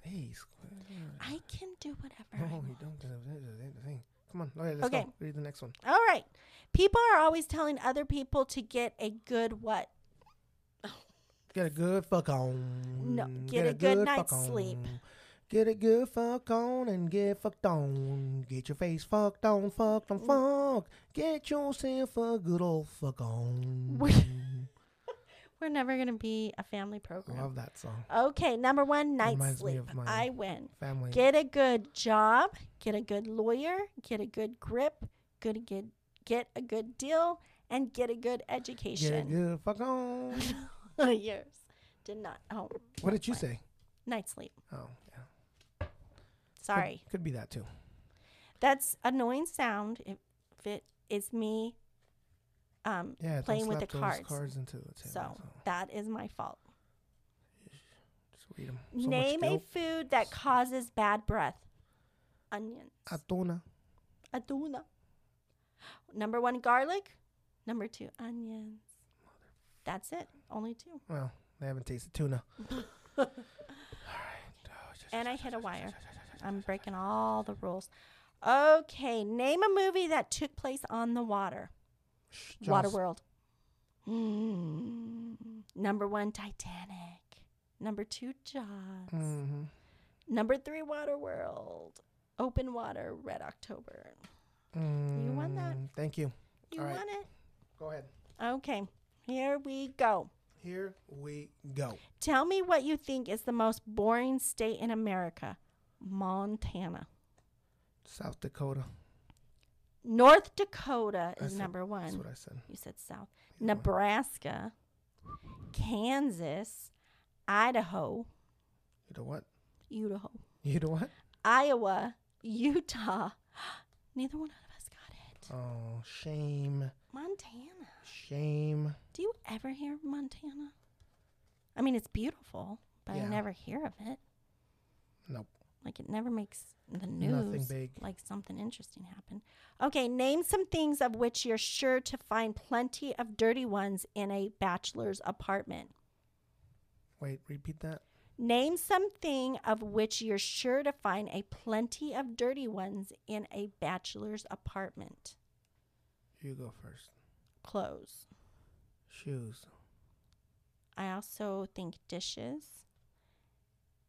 Speaker 1: Hey, square.
Speaker 2: I can do whatever. I
Speaker 1: No, you
Speaker 2: want.
Speaker 1: don't. do the thing. Come on. Okay, let's
Speaker 2: Okay.
Speaker 1: go. Read the next one.
Speaker 2: All right. People are always telling other people to get a good what?
Speaker 1: Get a good fuck on.
Speaker 2: No, get a good night's
Speaker 1: fuck
Speaker 2: sleep.
Speaker 1: on. Get a good fuck on and get fucked on. Get your face fucked on, fucked on, fuck. Get yourself a good old fuck on.
Speaker 2: We're never going to be a family
Speaker 1: I
Speaker 2: program.
Speaker 1: love that song.
Speaker 2: Okay. Number one, night
Speaker 1: Reminds me
Speaker 2: sleep.
Speaker 1: of my-
Speaker 2: I win.
Speaker 1: Family.
Speaker 2: Get a good job, get a good lawyer, get a good grip, good get get a good deal, and get a good
Speaker 1: Get a
Speaker 2: education.
Speaker 1: good fuck on.
Speaker 2: Yours did not. Oh,
Speaker 1: what did you say?
Speaker 2: night sleep.
Speaker 1: Oh, yeah. Could-
Speaker 2: Sorry,
Speaker 1: Could, be that too.
Speaker 2: that's annoying sound. If, if it is me, um,
Speaker 1: Yeah. don't
Speaker 2: playing with the
Speaker 1: slap those
Speaker 2: cards.
Speaker 1: cards into the table.
Speaker 2: so that is my fault.
Speaker 1: just read 'em. So much
Speaker 2: Name a
Speaker 1: guilt.
Speaker 2: food that causes bad breath. Onions.
Speaker 1: Atona.
Speaker 2: Aduna. Number one, garlic. Number two, onions. That's it. Only two.
Speaker 1: Well, they haven't tasted tuna.
Speaker 2: And I hit a wire. I'm breaking all the rules. Okay, name a movie that took place on the water.
Speaker 1: Jaws.
Speaker 2: Waterworld. Mm. Number one, Titanic. Number two, Jaws.
Speaker 1: Mm-hmm.
Speaker 2: Number three, Waterworld. Open water, Red October.
Speaker 1: You
Speaker 2: won that.
Speaker 1: Mm, Thank you.
Speaker 2: You
Speaker 1: All right.
Speaker 2: want it?
Speaker 1: Go ahead.
Speaker 2: Okay, here we go.
Speaker 1: Here we go.
Speaker 2: Tell me what you think is the most boring state in America Montana.
Speaker 1: South Dakota.
Speaker 2: North Dakota
Speaker 1: I
Speaker 2: is
Speaker 1: said-
Speaker 2: number
Speaker 1: That's
Speaker 2: one.
Speaker 1: what I said.
Speaker 2: You said South. Nebraska, Kansas, Idaho,
Speaker 1: You know what?
Speaker 2: Idaho,
Speaker 1: You know what?
Speaker 2: Iowa, Utah. Neither one of us got it.
Speaker 1: Oh, shame.
Speaker 2: Montana.
Speaker 1: Shame.
Speaker 2: Do you ever hear of Montana? I mean, it's beautiful, but
Speaker 1: Yeah.
Speaker 2: I never hear of it.
Speaker 1: Nope.
Speaker 2: Like it never makes the news.
Speaker 1: Nothing big.
Speaker 2: Like something interesting happened. Okay, name some things of which you're sure to find plenty of dirty ones in a bachelor's apartment.
Speaker 1: Wait, repeat that.
Speaker 2: Name something of which you're sure to find a plenty of dirty ones in a bachelor's apartment.
Speaker 1: You go first.
Speaker 2: Clothes.
Speaker 1: Shoes.
Speaker 2: I also think dishes,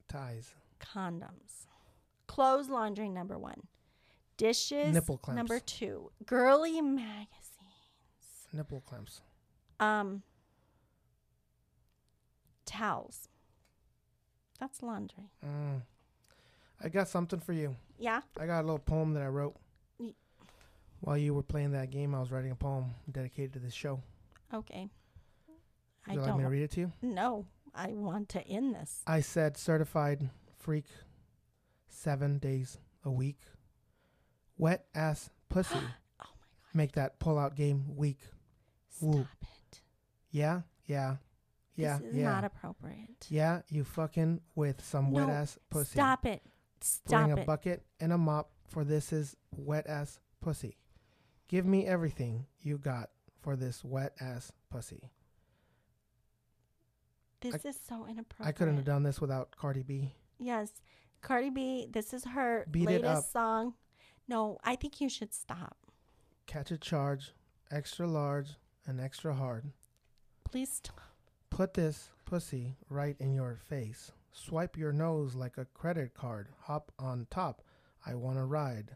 Speaker 1: Ties.
Speaker 2: condoms. Clothes laundry number 1. Dishes
Speaker 1: Nipple clamps.
Speaker 2: number 2. Girly magazine.
Speaker 1: Nipple clamps.
Speaker 2: Um towels. That's laundry.
Speaker 1: Mm. I got something for you.
Speaker 2: Yeah.
Speaker 1: I got a little poem that I wrote.
Speaker 2: Ye-
Speaker 1: While you were playing that game, I was writing a poem dedicated to this show.
Speaker 2: Okay.
Speaker 1: Would
Speaker 2: I
Speaker 1: you like
Speaker 2: don't
Speaker 1: me to read it to you?
Speaker 2: No, I want to end this.
Speaker 1: I said certified freak seven days a week. Wet ass pussy
Speaker 2: Oh my god.
Speaker 1: make that pull out game weak.
Speaker 2: Stop
Speaker 1: Woo.
Speaker 2: it.
Speaker 1: Yeah, yeah, yeah,
Speaker 2: this is
Speaker 1: yeah.
Speaker 2: not appropriate.
Speaker 1: yeah, you fucking with some wet
Speaker 2: No,
Speaker 1: ass pussy.
Speaker 2: Stop it. Stop
Speaker 1: Bring a
Speaker 2: it.
Speaker 1: bucket and a mop, for this is wet ass pussy. Give me everything you got for this wet ass pussy.
Speaker 2: This is so inappropriate.
Speaker 1: I couldn't have done this without Cardi B.
Speaker 2: Yes. Cardi B, this is her
Speaker 1: Beat it
Speaker 2: latest
Speaker 1: up.
Speaker 2: song. No, I think you should stop.
Speaker 1: Catch a charge, extra large and extra hard.
Speaker 2: Please stop.
Speaker 1: Put this pussy right in your face. Swipe your nose like a credit card. Hop on top. I want to ride.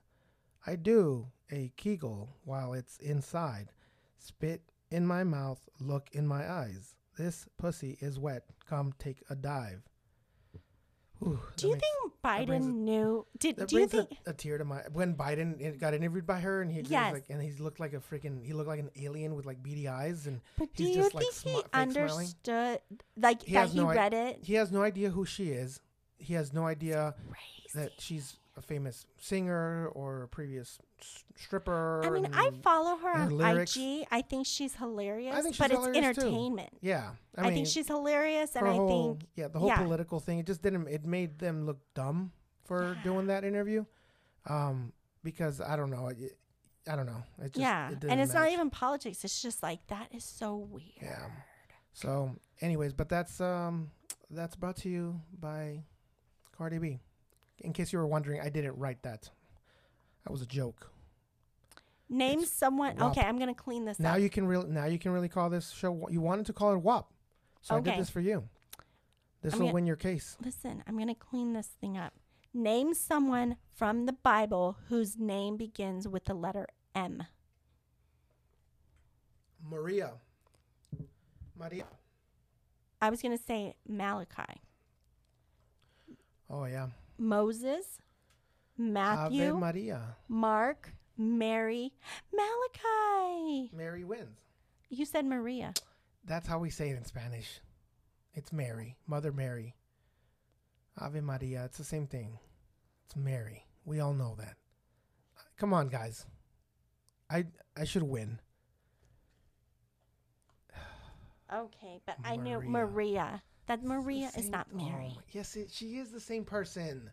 Speaker 1: I do a kegel while it's inside. Spit in my mouth, look in my eyes. This pussy is wet. Come take a dive. Whew,
Speaker 2: Do
Speaker 1: that
Speaker 2: you
Speaker 1: makes-
Speaker 2: think
Speaker 1: that brings
Speaker 2: Biden knew? Did
Speaker 1: That
Speaker 2: do you
Speaker 1: brings
Speaker 2: think?
Speaker 1: a, a tear to my when Biden in- got interviewed by her and he just
Speaker 2: Yes.
Speaker 1: like and he's looked like a freaking he looked like an alien with like beady eyes and
Speaker 2: But do
Speaker 1: he's
Speaker 2: you
Speaker 1: just
Speaker 2: think
Speaker 1: like
Speaker 2: he
Speaker 1: smi- fake smiling.
Speaker 2: understood? Like that he
Speaker 1: i-
Speaker 2: read it.
Speaker 1: He has no idea who she is. He has no idea that she's a famous singer or a previous s- stripper.
Speaker 2: I mean,
Speaker 1: and-
Speaker 2: I follow her
Speaker 1: her
Speaker 2: on
Speaker 1: lyrics-
Speaker 2: IG. I think she's hilarious,
Speaker 1: I think she's
Speaker 2: but it's
Speaker 1: hilarious too.
Speaker 2: entertainment.
Speaker 1: Yeah,
Speaker 2: I,
Speaker 1: I, mean,
Speaker 2: think she's hilarious, and
Speaker 1: her
Speaker 2: I
Speaker 1: whole-
Speaker 2: think
Speaker 1: yeah, the whole political thing. It just didn't. It made them look dumb for doing that interview, um, because I don't know. It, I don't know. It just,
Speaker 2: yeah,
Speaker 1: it
Speaker 2: and
Speaker 1: didn't
Speaker 2: it's not
Speaker 1: match.
Speaker 2: even politics. It's just like that is so weird.
Speaker 1: Yeah. So, anyways, but that's um that's brought to you by Cardi B. In case you were wondering, I didn't write that. That was a joke.
Speaker 2: Name someone.
Speaker 1: WAP.
Speaker 2: Okay, I'm gonna clean this
Speaker 1: Now
Speaker 2: up.
Speaker 1: you can really now you can really call this show. wha- You wanted to call it WAP, so I
Speaker 2: Okay.
Speaker 1: did this for you. This
Speaker 2: I'm
Speaker 1: will
Speaker 2: gonna-
Speaker 1: win your case.
Speaker 2: Listen, I'm gonna clean this thing up. Name someone from the Bible whose name begins with the letter M.
Speaker 1: Maria. Maria.
Speaker 2: I was gonna say Malachi,
Speaker 1: Oh yeah.
Speaker 2: Moses, Matthew,
Speaker 1: Ave Maria.
Speaker 2: Mark, Mary, Malachi.
Speaker 1: Mary wins.
Speaker 2: You said Maria.
Speaker 1: That's how we say it in Spanish. It's Mary, Mother Mary. Ave Maria, it's the same thing. It's Mary. We all know that. Come on, guys. I I should win.
Speaker 2: Okay, but I knew
Speaker 1: Maria.
Speaker 2: Maria. That Maria
Speaker 1: The
Speaker 2: is
Speaker 1: same-
Speaker 2: not
Speaker 1: oh
Speaker 2: Mary.
Speaker 1: my- yes, it, she is the same person.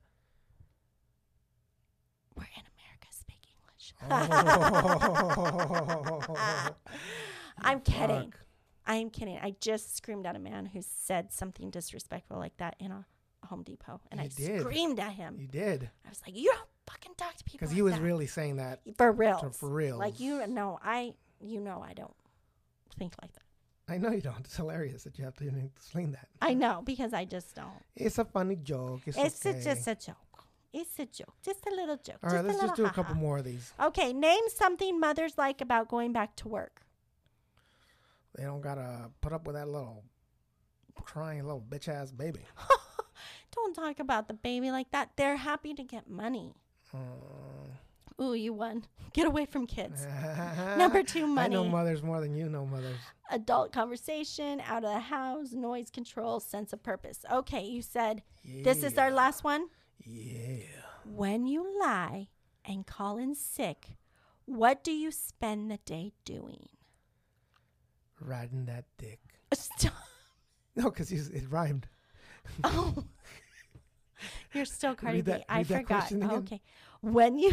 Speaker 2: We're in America. Speak English.
Speaker 1: Oh.
Speaker 2: I'm kidding.
Speaker 1: Fuck.
Speaker 2: I'm kidding. I just screamed at a man who said something disrespectful like that in a Home Depot, and
Speaker 1: You
Speaker 2: I
Speaker 1: did.
Speaker 2: screamed at him.
Speaker 1: you did.
Speaker 2: I was like, "You don't fucking talk to people."
Speaker 1: Because
Speaker 2: Because
Speaker 1: he was really saying that.
Speaker 2: for real,
Speaker 1: for reals.
Speaker 2: Like you know, I you know I don't think like that.
Speaker 1: I know you don't. It's hilarious that you have to even explain that.
Speaker 2: I know because I just don't.
Speaker 1: It's a funny joke. It's,
Speaker 2: It's a-
Speaker 1: okay.
Speaker 2: just a joke. It's a joke. Just a little joke.
Speaker 1: All right, let's just
Speaker 2: little
Speaker 1: do a
Speaker 2: ha-ha.
Speaker 1: couple more of these.
Speaker 2: Okay, name something mothers like about going back to work.
Speaker 1: They don't gotta put up with that little crying little bitch ass baby.
Speaker 2: Don't talk about the baby like that. They're happy to get money. Ooh, you won. Get away from kids.
Speaker 1: Number
Speaker 2: two,
Speaker 1: I know
Speaker 2: money.
Speaker 1: mothers more than you know mothers.
Speaker 2: Adult conversation, out of the house, noise control, sense of purpose. Okay, you said this is our last one.
Speaker 1: Yeah.
Speaker 2: When you lie and call in sick, what do you spend the day doing?
Speaker 1: Riding that dick.
Speaker 2: Stop.
Speaker 1: No, because it rhymed.
Speaker 2: Oh. You're still Cardi
Speaker 1: Read
Speaker 2: B. I
Speaker 1: that- read that
Speaker 2: forgot.
Speaker 1: question again.
Speaker 2: Okay. When you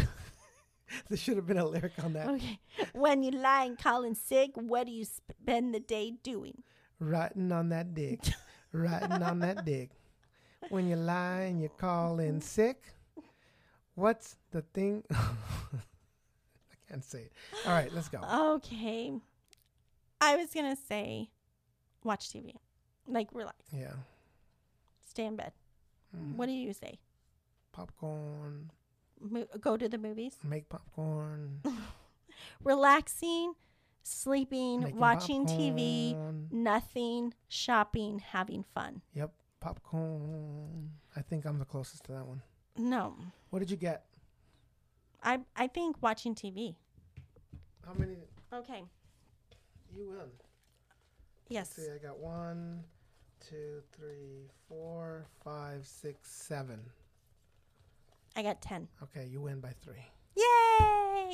Speaker 1: There should have been a lyric on that.
Speaker 2: Okay. When you lie and call in sick, what do you spend the day doing?
Speaker 1: Riding on that dick. Riding on that dick. When you lie and you call in sick, what's the thing? I can't say it. All right, let's go.
Speaker 2: Okay. I was going to say watch TV. Like relax.
Speaker 1: Yeah.
Speaker 2: Stay in bed. What do you say?
Speaker 1: Popcorn.
Speaker 2: Mo- go to the movies.
Speaker 1: Make popcorn.
Speaker 2: Relaxing, sleeping,
Speaker 1: Making
Speaker 2: watching TV,
Speaker 1: popcorn.
Speaker 2: nothing, shopping, having fun.
Speaker 1: Yep, popcorn. I think I'm the closest to that one.
Speaker 2: No.
Speaker 1: What did you get?
Speaker 2: I I think watching TV.
Speaker 1: How many?
Speaker 2: Okay.
Speaker 1: You win.
Speaker 2: Yes.
Speaker 1: See, I got one, two, three, four, five, six, seven.
Speaker 2: I got 10.
Speaker 1: Okay, you win by three.
Speaker 2: Yay!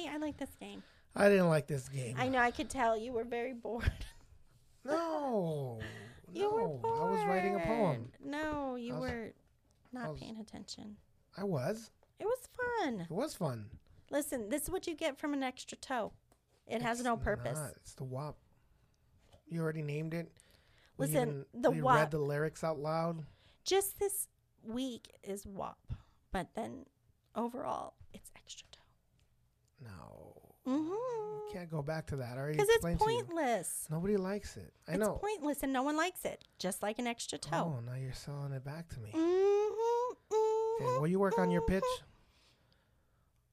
Speaker 2: I like this game.
Speaker 1: I didn't like this game.
Speaker 2: I know I could tell you were very bored.
Speaker 1: no,
Speaker 2: You were
Speaker 1: no, I was writing a poem.
Speaker 2: bored. No, you
Speaker 1: I was-
Speaker 2: were not
Speaker 1: I was-
Speaker 2: paying attention.
Speaker 1: I was.
Speaker 2: It was fun.
Speaker 1: It was fun.
Speaker 2: Listen, this is what you get from an extra toe. It has no purpose.
Speaker 1: Not. It's the WAP. You already named it. We
Speaker 2: Listen,
Speaker 1: even-
Speaker 2: the
Speaker 1: we
Speaker 2: WAP.
Speaker 1: read the lyrics out loud.
Speaker 2: Just this week is WAP, but then overall, it's extra dope.
Speaker 1: No,
Speaker 2: Mm-hmm.
Speaker 1: can't go back to that. I already
Speaker 2: Because it's
Speaker 1: explained to you.
Speaker 2: pointless.
Speaker 1: Nobody likes it. I know.
Speaker 2: It's pointless and no one likes it, just like an extra toe.
Speaker 1: Oh, now you're selling it back to me.
Speaker 2: Mm-hmm,
Speaker 1: Okay, will you work on your pitch?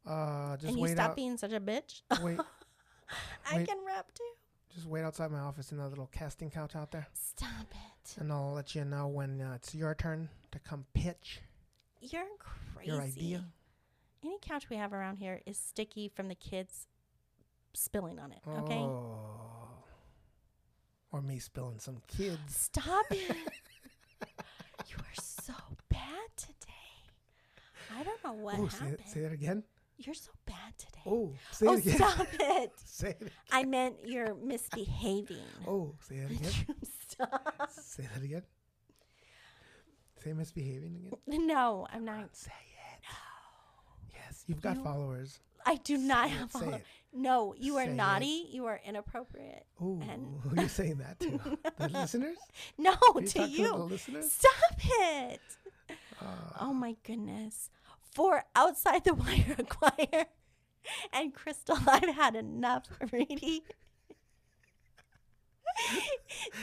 Speaker 1: Uh, just
Speaker 2: and you
Speaker 1: wait
Speaker 2: stop
Speaker 1: out.
Speaker 2: being such a bitch.
Speaker 1: wait,
Speaker 2: I
Speaker 1: wait.
Speaker 2: can rap too.
Speaker 1: just wait outside my office in that little casting couch out there,
Speaker 2: Stop it.
Speaker 1: and I'll let you know when uh, it's your turn to come pitch
Speaker 2: You're crazy.
Speaker 1: your idea.
Speaker 2: Any couch we have around here is sticky from the kids spilling on it. Okay.
Speaker 1: Oh. Or me spilling some kids.
Speaker 2: Stop it. you are so bad today. I don't know what
Speaker 1: Oh, say,
Speaker 2: happened.
Speaker 1: it- say that again.
Speaker 2: You're so bad today.
Speaker 1: Oh, say
Speaker 2: Oh,
Speaker 1: it again.
Speaker 2: stop it.
Speaker 1: say it.
Speaker 2: I meant you're misbehaving.
Speaker 1: Oh, say that again.
Speaker 2: Stop.
Speaker 1: say that again. Say misbehaving again.
Speaker 2: No, I'm not.
Speaker 1: Say it. Yes, you've got followers.
Speaker 2: I do not
Speaker 1: Say it,
Speaker 2: have
Speaker 1: say
Speaker 2: all.
Speaker 1: it.
Speaker 2: No, you are
Speaker 1: Say it.
Speaker 2: naughty. You are inappropriate.
Speaker 1: Oh,
Speaker 2: And
Speaker 1: you're saying that to the listeners?
Speaker 2: no,
Speaker 1: you
Speaker 2: to
Speaker 1: talking to
Speaker 2: you.
Speaker 1: the listeners? Ah.
Speaker 2: Stop it. oh my goodness. For outside the wire choir and Crystal, I've had enough, Reedy.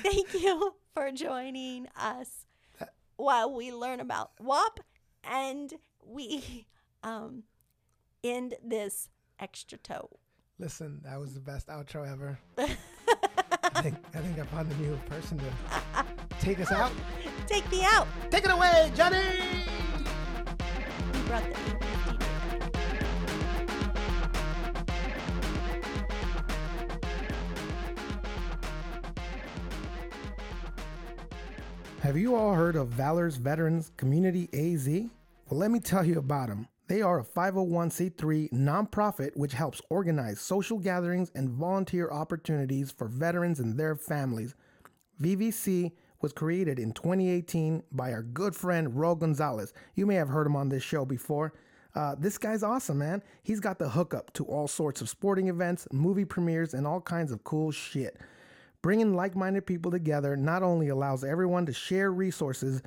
Speaker 2: Thank you for joining us while we learn about WAP and we um, end this extra toe.
Speaker 1: Listen, that was the best outro ever. I think I think I found a new person to take us out.
Speaker 2: Take me out.
Speaker 4: Take it away, Johnny!
Speaker 2: We brought the ABD back.
Speaker 1: Have you all heard of Valor's Veterans Community AZ? Well, let me tell you about them. They are a 501c3 nonprofit which helps organize social gatherings and volunteer opportunities for veterans and their families. VVC was created in 2018 by our good friend Ro Gonzalez. You may have heard him on this show before. Uh, this guy's awesome, man. He's got the hookup to all sorts of sporting events, movie premieres, and all kinds of cool shit. Bringing like minded people together not only allows everyone to share resources,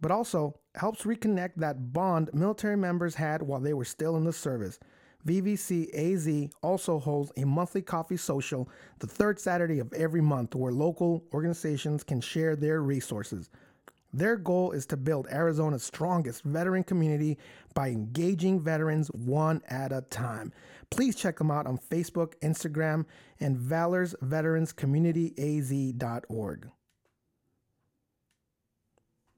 Speaker 1: but also helps reconnect that bond military members had while they were still in the service. VVC AZ also holds a monthly coffee social the third Saturday of every month where local organizations can share their resources. Their goal is to build Arizona's strongest veteran community by engaging veterans one at a time. Please check them out on Facebook, Instagram, and valorsveteranscommunityaz.org.